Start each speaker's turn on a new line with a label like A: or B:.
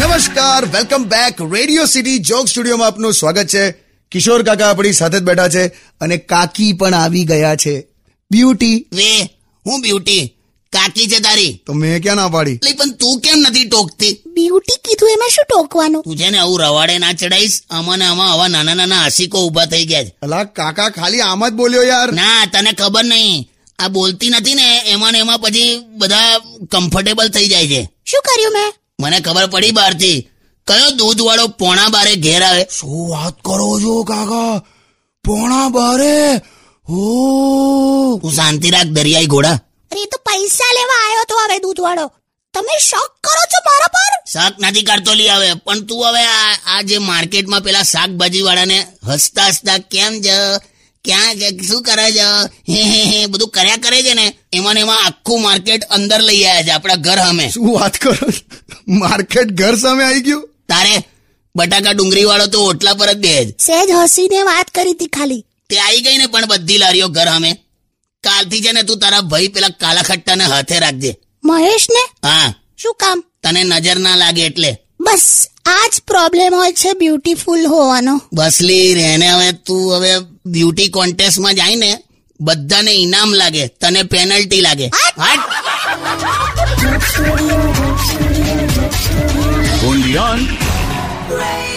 A: નમસ્કાર welcome back radio city joke સ્ટુડિયોમાં આપનું સ્વાગત છે કિશોર કાકા આપણી સાથે જ બેઠા છે અને કાકી પણ આવી ગયા છે બ્યુટી
B: વે હું બ્યુટી કાકી છે તારી
A: તો મેં ક્યાં ના પાડી
B: લે પણ તું કેમ નથી ટોકતી
C: બ્યુટી કીધું એમાં શું ટોકવાનું
B: તું છે ને આવું રવાડે ના ચડાઈશ આમાં ને આમાં આવા નાના નાના આશિકો ઊભા થઈ ગયા છે
A: અલા કાકા ખાલી આમ જ બોલ્યો યાર
B: ના તને ખબર નહીં આ બોલતી નથી ને એમાં ને એમાં પછી બધા કમ્ફર્ટેબલ થઈ જાય છે
C: શું કર્યું મેં
B: મને ખબર પડી બહારથી કયો દૂધ વાળો પોણા બારે ઘેર આવે
A: શું વાત કરો છો કાકા પોણા બારે હો
B: તું શાંતિ રાખ દરિયાઈ ઘોડા
C: અરે એ તો પૈસા લેવા આવ્યો તો હવે દૂધવાળો તમે શોખ કરો છો મારા પર
B: શાક નથી કાઢતો લઈ આવે પણ તું હવે આ આ જે માર્કેટમાં પેલા શાકભાજી વાળાને હસતા હસતા કેમ જ ક્યાં છે શું કરે છે હે હે હે બધું કર્યા કરે છે ને એમાં ને એમાં આખું માર્કેટ અંદર લઈ આવ્યા છે આપણા ઘર અમે
A: શું વાત કરો માર્કેટ ઘર સામે આવી ગયું
B: તારે બટાકા ડુંગળી વાળો તો ઓટલા પર જ દે જ
C: સહેજ હસીને વાત કરી હતી ખાલી
B: તે આવી ગઈ ને પણ બધી લારીઓ ઘર અમે કાલથી છે ને તું તારા ભાઈ પેલા કાલા ખટ્ટાને હાથે રાખજે
C: મહેશ ને
B: હા
C: શું કામ
B: તને નજર ના લાગે એટલે
C: બસ આ જ પ્રોબ્લેમ હોય છે બ્યુટીફુલ હોવાનો
B: બસલી રહેને હવે તું હવે બ્યુટી કોન્ટેસ્ટમાં જાય ને બધાને ઇનામ લાગે તને પેનલ્ટી લાગે હટ
D: Undian.
C: Radio